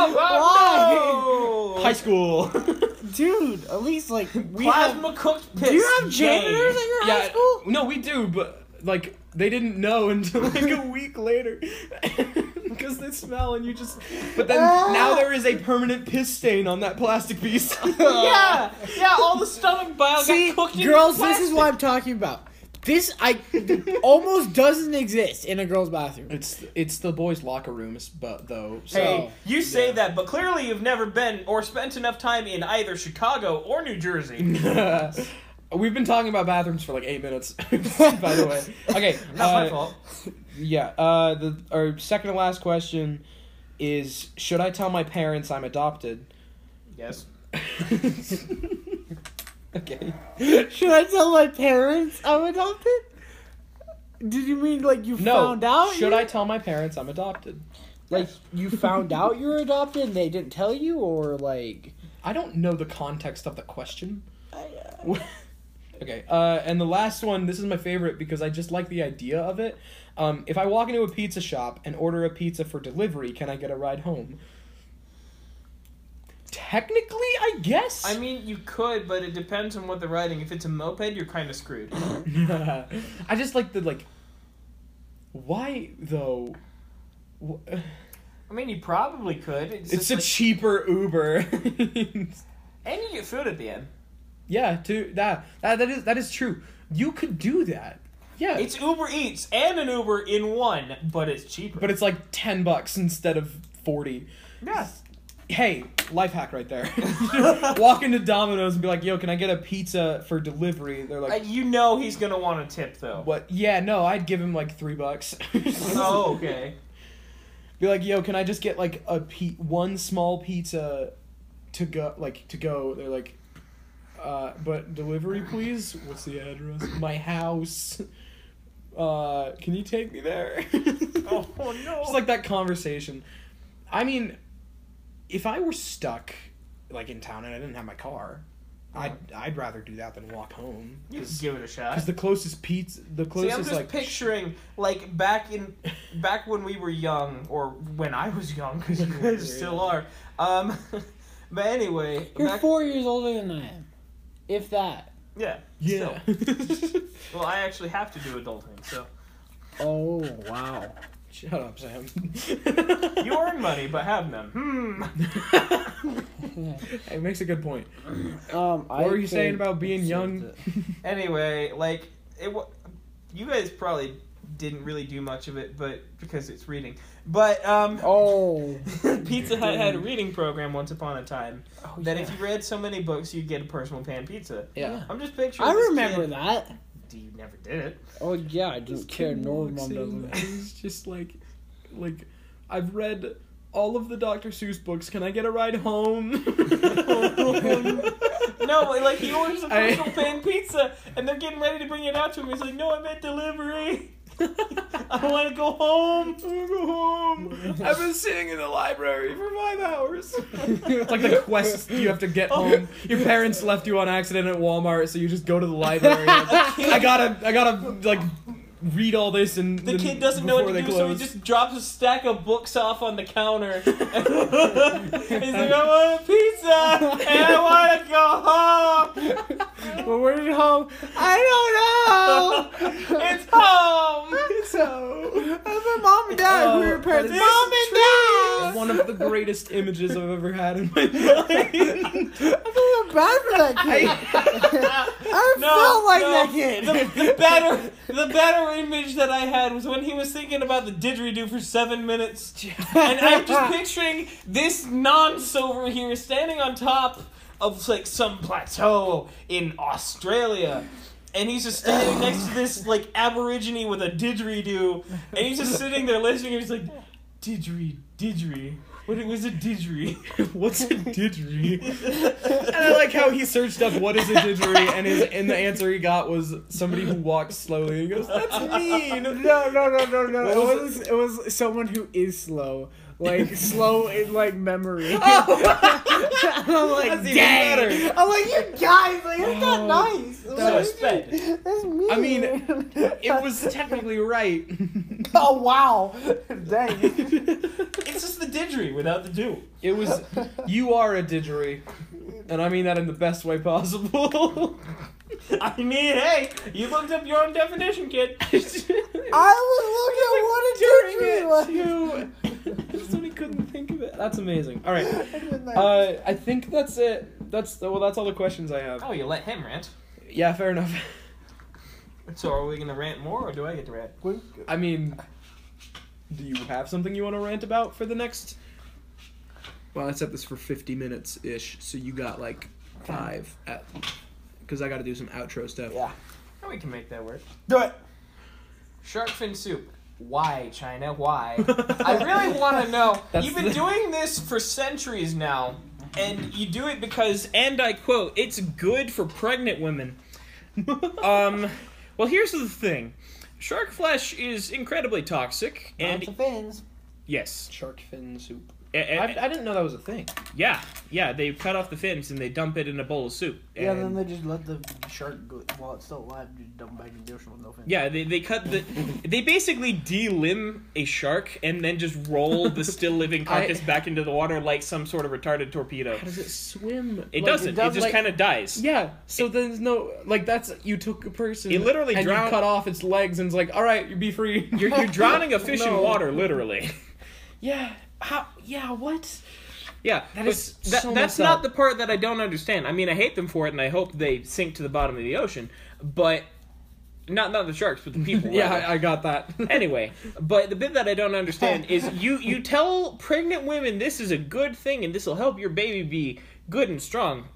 Oh,
High school.
Dude, at least like we have.
Plasma cooked piss.
Do you have
Yay.
janitors at your high
yeah.
school?
No, we do, but like they didn't know until like a week later. Because they smell and you just, but then now there is a permanent piss stain on that plastic piece. Oh,
Yeah, yeah, all the stomach bile
See,
got cooked in
girls, this is what I'm talking about. This I almost doesn't exist in a girl's bathroom.
It's it's the boys' locker room, s- but though. So.
Hey,
Oh,
you say that, but clearly you've never been or spent enough time in either Chicago or New Jersey.
We've been talking about bathrooms for like eight minutes, by the way. Okay,
Not my
uh,
fault.
yeah. Uh, the our second to last question is: Should I tell my parents I'm adopted?
Yes.
okay.
Should I tell my parents I'm adopted? Did you mean like you
No.
found out?
should
you-
I tell my parents I'm adopted?
Like you found out you were adopted and they didn't tell you, or like
I don't know the context of the question. okay, uh, and the last one, this is my favorite because I just like the idea of it. Um, if I walk into a pizza shop and order a pizza for delivery, can I get a ride home? Technically, I guess.
I mean, you could, but it depends on what they're riding. If it's a moped, you're kind of screwed.
I just like the like. Why though? Wh-
I mean, you probably could. It's,
It's
just
a
like-
cheaper Uber.
and you get food at the end.
yeah, to that, that that is that is true. You could do that. Yeah,
It's Uber Eats and an Uber in one, but it's cheaper.
but it's like ten bucks instead of forty.
yes.
Hey, life hack right there. Walk into Domino's and be like, "Yo, can I get a pizza for delivery?" They're
Uh,
like,
you know he's gonna want a tip though.
"What? Yeah, no, I'd give him like three bucks."
Oh, okay.
Be like, yo, can I just get like a pe- one small pizza to go like to go? They're like, uh, but delivery please. What's the address? My house. Uh, can you take me there?
Oh, no.
Just like that conversation. I mean, if I were stuck like in town and I didn't have my car, I'd I'd rather do that than walk home.
You can
Because
give it a shot.
the closest pizza, the
See,
closest
I'm just
like
picturing like back in back when we were young, or when I was young, because you guys still are. Um, but anyway,
You're
back-
four years older than I am, if that.
yeah,
yeah.
still. Well, I actually have to do adulting, so
Oh wow.
Shut up, Sam.
you earn money, but have none. Hmm.
It makes a good point.
Um,
What were you saying about being young?
Anyway, like it, wa- you guys probably didn't really do much of it, but because it's reading. But um,
Oh.
Pizza Hut had a reading program once upon a time
oh
that if you read so many books, you'd get a personal pan pizza.
Yeah.
I'm just picturing.
I
this
remember
kid-
that.
You never did it.
Oh yeah, I didn't care. No
Walks
mom
in
doesn't.
and He's just like, like, I've read all of the Dr. Seuss books. Can I get a ride home?
No, but, like he orders a
I-
personal pan pizza, and they're getting ready to bring it out to him. He's like, "No, I meant delivery. I want to go home."
I wanna go home. I've been sitting in the library for five hours. it's like the quest you have to get
Oh.
home. Your parents left you on accident at Walmart, so you just go to the library. like, I gotta, I gotta like read all this and
The kid doesn't know what to do, so he just drops a stack of books off on the counter. He's like, "I want a pizza, and I want to go home.
Well, where did home? I don't know.
It's home."
so
mom and dad.
Oh,
who are your parents?
that is
Mom and dad.
one of the greatest images I've ever had in my life.
I feel bad for that kid. I
No,
felt like
no.
that kid.
The, the better, the better image that I had was when he was thinking about the didgeridoo for seven minutes, and I'm just picturing this nonce over here standing on top of like some plateau in Australia. And he's just standing next to this like aborigine with a didgeridoo, and he's just sitting there listening. And he's like, "Didgeridoo, didgeridoo." What it was a didgeridoo.
What's a didgeridoo? And I like how he searched up what is a didgeridoo, and his and the answer he got was somebody who walks slowly. He goes, "That's mean."
No, no, no, no, no.
What
It
was
was it was someone who is slow, like slow in like memory.
Oh,
And I'm like,
That's even
dang.
better.
Oh. I'm like, you guys, like, that's
Oh,
not nice.
So
That's,
respect.
that's mean.
I mean, It was technically right.
Oh wow, dang.
It's just the didgeridoo without the do.
It was you are a didgeridoo, and I mean that in the best way possible.
I mean, hey, you looked up your own definition, kid.
I was looking at what a didgeridoo was.
you. Somebody couldn't think of it. That's amazing. All right.
I didn't like-
Uh, I think that's it. That's well. That's all the questions I have.
Oh, you let him rant.
Yeah, fair enough.
So are we gonna rant more, or do I get to rant?
I mean, do you have something you want to rant about for the next? Well, I set this for fifty minutes ish, so you got like five at, because I got to do some outro stuff.
yeah,
Oh, we can make that work.
do it.
Shark fin soup. Why, China? Why? I really want to know.
That's
You've been
the-
doing this for centuries now, and you do it because, and I quote,
It's good for pregnant women. Um, well, here's the thing. Shark flesh is incredibly toxic, and
Lots of fins.
yes,
Shark fin soup.
A- a-
I, I didn't know that was a thing.
yeah, yeah. They cut off the fins and they dump it in a bowl of soup. And,
Yeah, then they just let the shark go while it's still alive. Just dump back in the ocean with no fin.
Yeah, they, they cut the. They basically de-limb a shark and then just roll the still living
I-
carcass back into the water like some sort of retarded torpedo.
How does it swim? Like,
It doesn't. It,
does-
just
like-
kind of dies.
Yeah. So there's no like that's you took a person.
It literally
and
drowned-
You cut off its legs and it's like, all right, you be free.
You're, you're drowning a fish
No.
in water, literally.
Yeah. How? Yeah. What?
Yeah,
That
but
is
that-
so
that's
messed
not
up.
the part that I don't understand. I mean, I hate them for it, and I hope they sink to the bottom of the ocean. But not not the sharks, but the people.
Yeah,
rather.
I, I got that.
anyway, but the bit that I don't understand
Oh.
is you you tell pregnant women this is a good thing and this will help your baby be good and strong.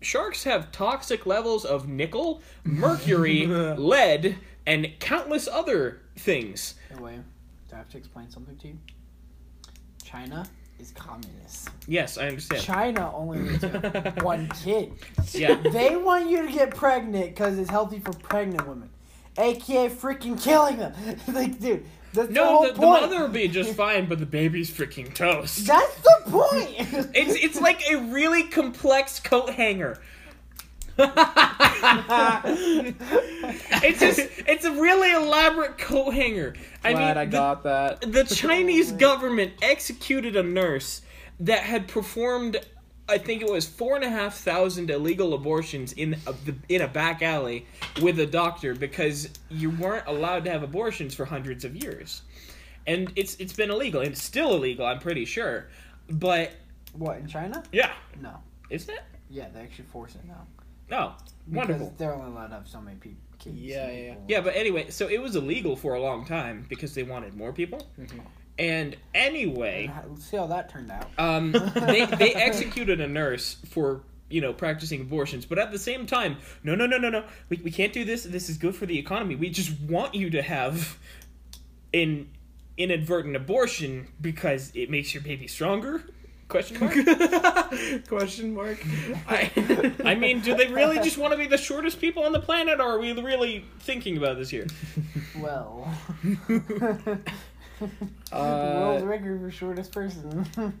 Sharks have toxic levels of nickel, mercury, lead, and countless other things.
Anyway, do I have to explain something to you? China is communist.
Yes, I understand.
China only needs one kid.
Yeah.
They want you to get pregnant because it's healthy for pregnant women, aka freaking killing them. like, dude, that's the
No,
whole
the, the
point.
mother will be just fine, but the baby's freaking toast.
That's the point.
It's it's like a really complex coat hanger. it's just it's a really elaborate coat hanger. I
Glad
mean,
I
the-
got that.
the Chinese government executed a nurse that had performed, I think it was four and a half thousand illegal abortions in a, the, in a back alley with a doctor because you weren't allowed to have abortions for hundreds of years, and it's it's been illegal and it's still illegal. I'm pretty sure, but
what in China?
yeah,
No.
isn't it?
Yeah, they actually force it now.
No, wonderful.
Because they're only allowed to have so many people. Kids
Yeah, yeah, yeah.
Yeah, but anyway, so it was illegal for a long time because they wanted more people.
Mhm.
And anyway,
See how that turned out.
Um, they they executed a nurse for you know practicing abortions, but at the same time, no, no, no, no, no, we we can't do this. This is good for the economy. We just want you to have an inadvertent abortion because it makes your baby stronger. Question mark.
Question mark.
I, I mean, do they really just want to be the shortest people on the planet, or are we really thinking about this here?
Well.
Uh,
World record for shortest person.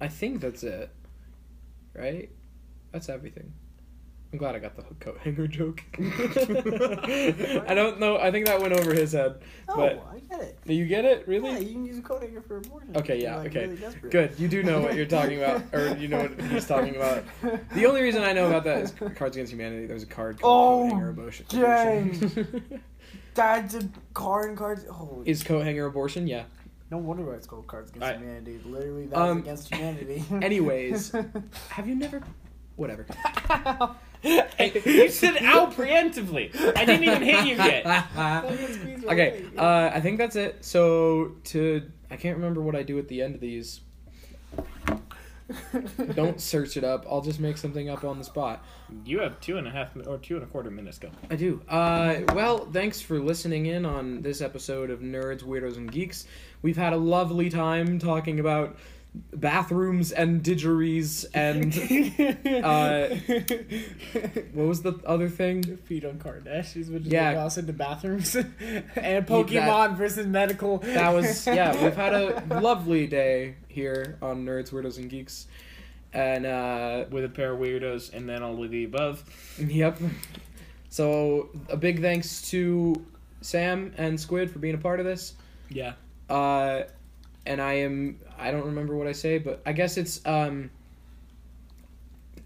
Oh,
I think that's it. Right? That's everything. I'm glad I got the hook coat hanger joke. I don't know. I think that went over his head.
oh,
But
I get it.
do you get it? Really?
Yeah, you can use a code hanger for abortion.
Okay,
if
yeah,
you're, like,
okay.
really desperate.
Good. You do know what you're talking about, or you know what he's talking about. The only reason I know about that is Cards Against Humanity. There was a card called
Oh,
Coat Hanger Abortion.
dang. That's a card and cards. Holy.
is Coat Hanger Abortion? Yeah.
no wonder why it's called Cards Against
Alright.
Humanity. Literally, that's
Um,
against humanity.
anyways. Have you never. Whatever.
Hey, you said ow preemptively. I didn't even hit you yet.
Okay, uh, I think that's it. So to I can't remember what I do at the end of these. Don't search it up. I'll just make something up on the spot.
You have two and a half mi- or two and a quarter minutes go.
I do. Uh, well, thanks for listening in on this episode of Nerds, Weirdos, and Geeks. We've had a lovely time talking about bathrooms and didgeries and uh, what was the other thing?
Feed on Kardashians, which is
Yeah.
yeah. what in the bathrooms, and Pokemon
that-
versus medical.
That was yeah. We've had a lovely day here on Nerds, Weirdos, and Geeks, and uh,
with a pair of weirdos and then all of the above.
Yep. So a big thanks to Sam and Squid for being a part of this.
Yeah.
Uh, and I am I don't remember what I say, but I guess it's um.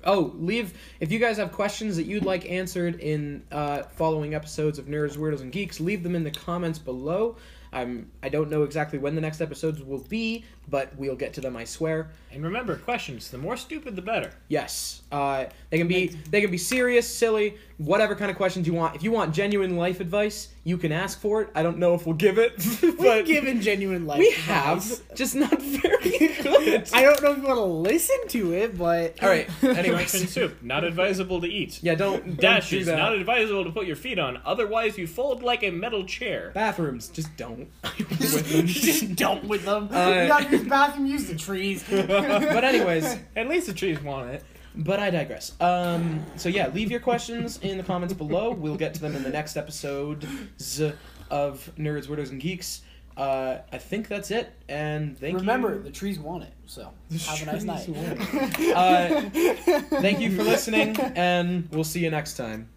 Oh, leave if you guys have questions that you'd like answered in uh, following episodes of Nerds, Weirdos, and Geeks. Leave them in the comments below. I'm I don't know exactly when the next episodes will be, but we'll get to them. I swear.
And remember, questions. The more stupid, the better.
Yes, uh, they can be they can be serious, silly, whatever kind of questions you want. If you want genuine life advice, you can ask for it. I don't know if we'll give it,
We've
but
given genuine life.
we
advice.
have just not very good.
I don't know if you want to listen to it, but
All right.
Sharks and
Anyways,
soup. Not advisable to eat.
yeah, don't don't
Dash
do
is
that.
not advisable to put your feet on, otherwise you fold like a metal chair.
Bathrooms, just don't.
just don't with them.
Uh,
you gotta use the bathroom, use the trees.
but anyways,
At least the trees want it.
But I digress. Um, so yeah, leave your questions in the comments below. We'll get to them in the next episode of Nerds, Weirdos, and Geeks. Uh, I think that's it. And thank
Remember,
you.
the trees want it. So
The
have a nice
trees
night.
want it. Uh, thank you for listening, and we'll see you next time.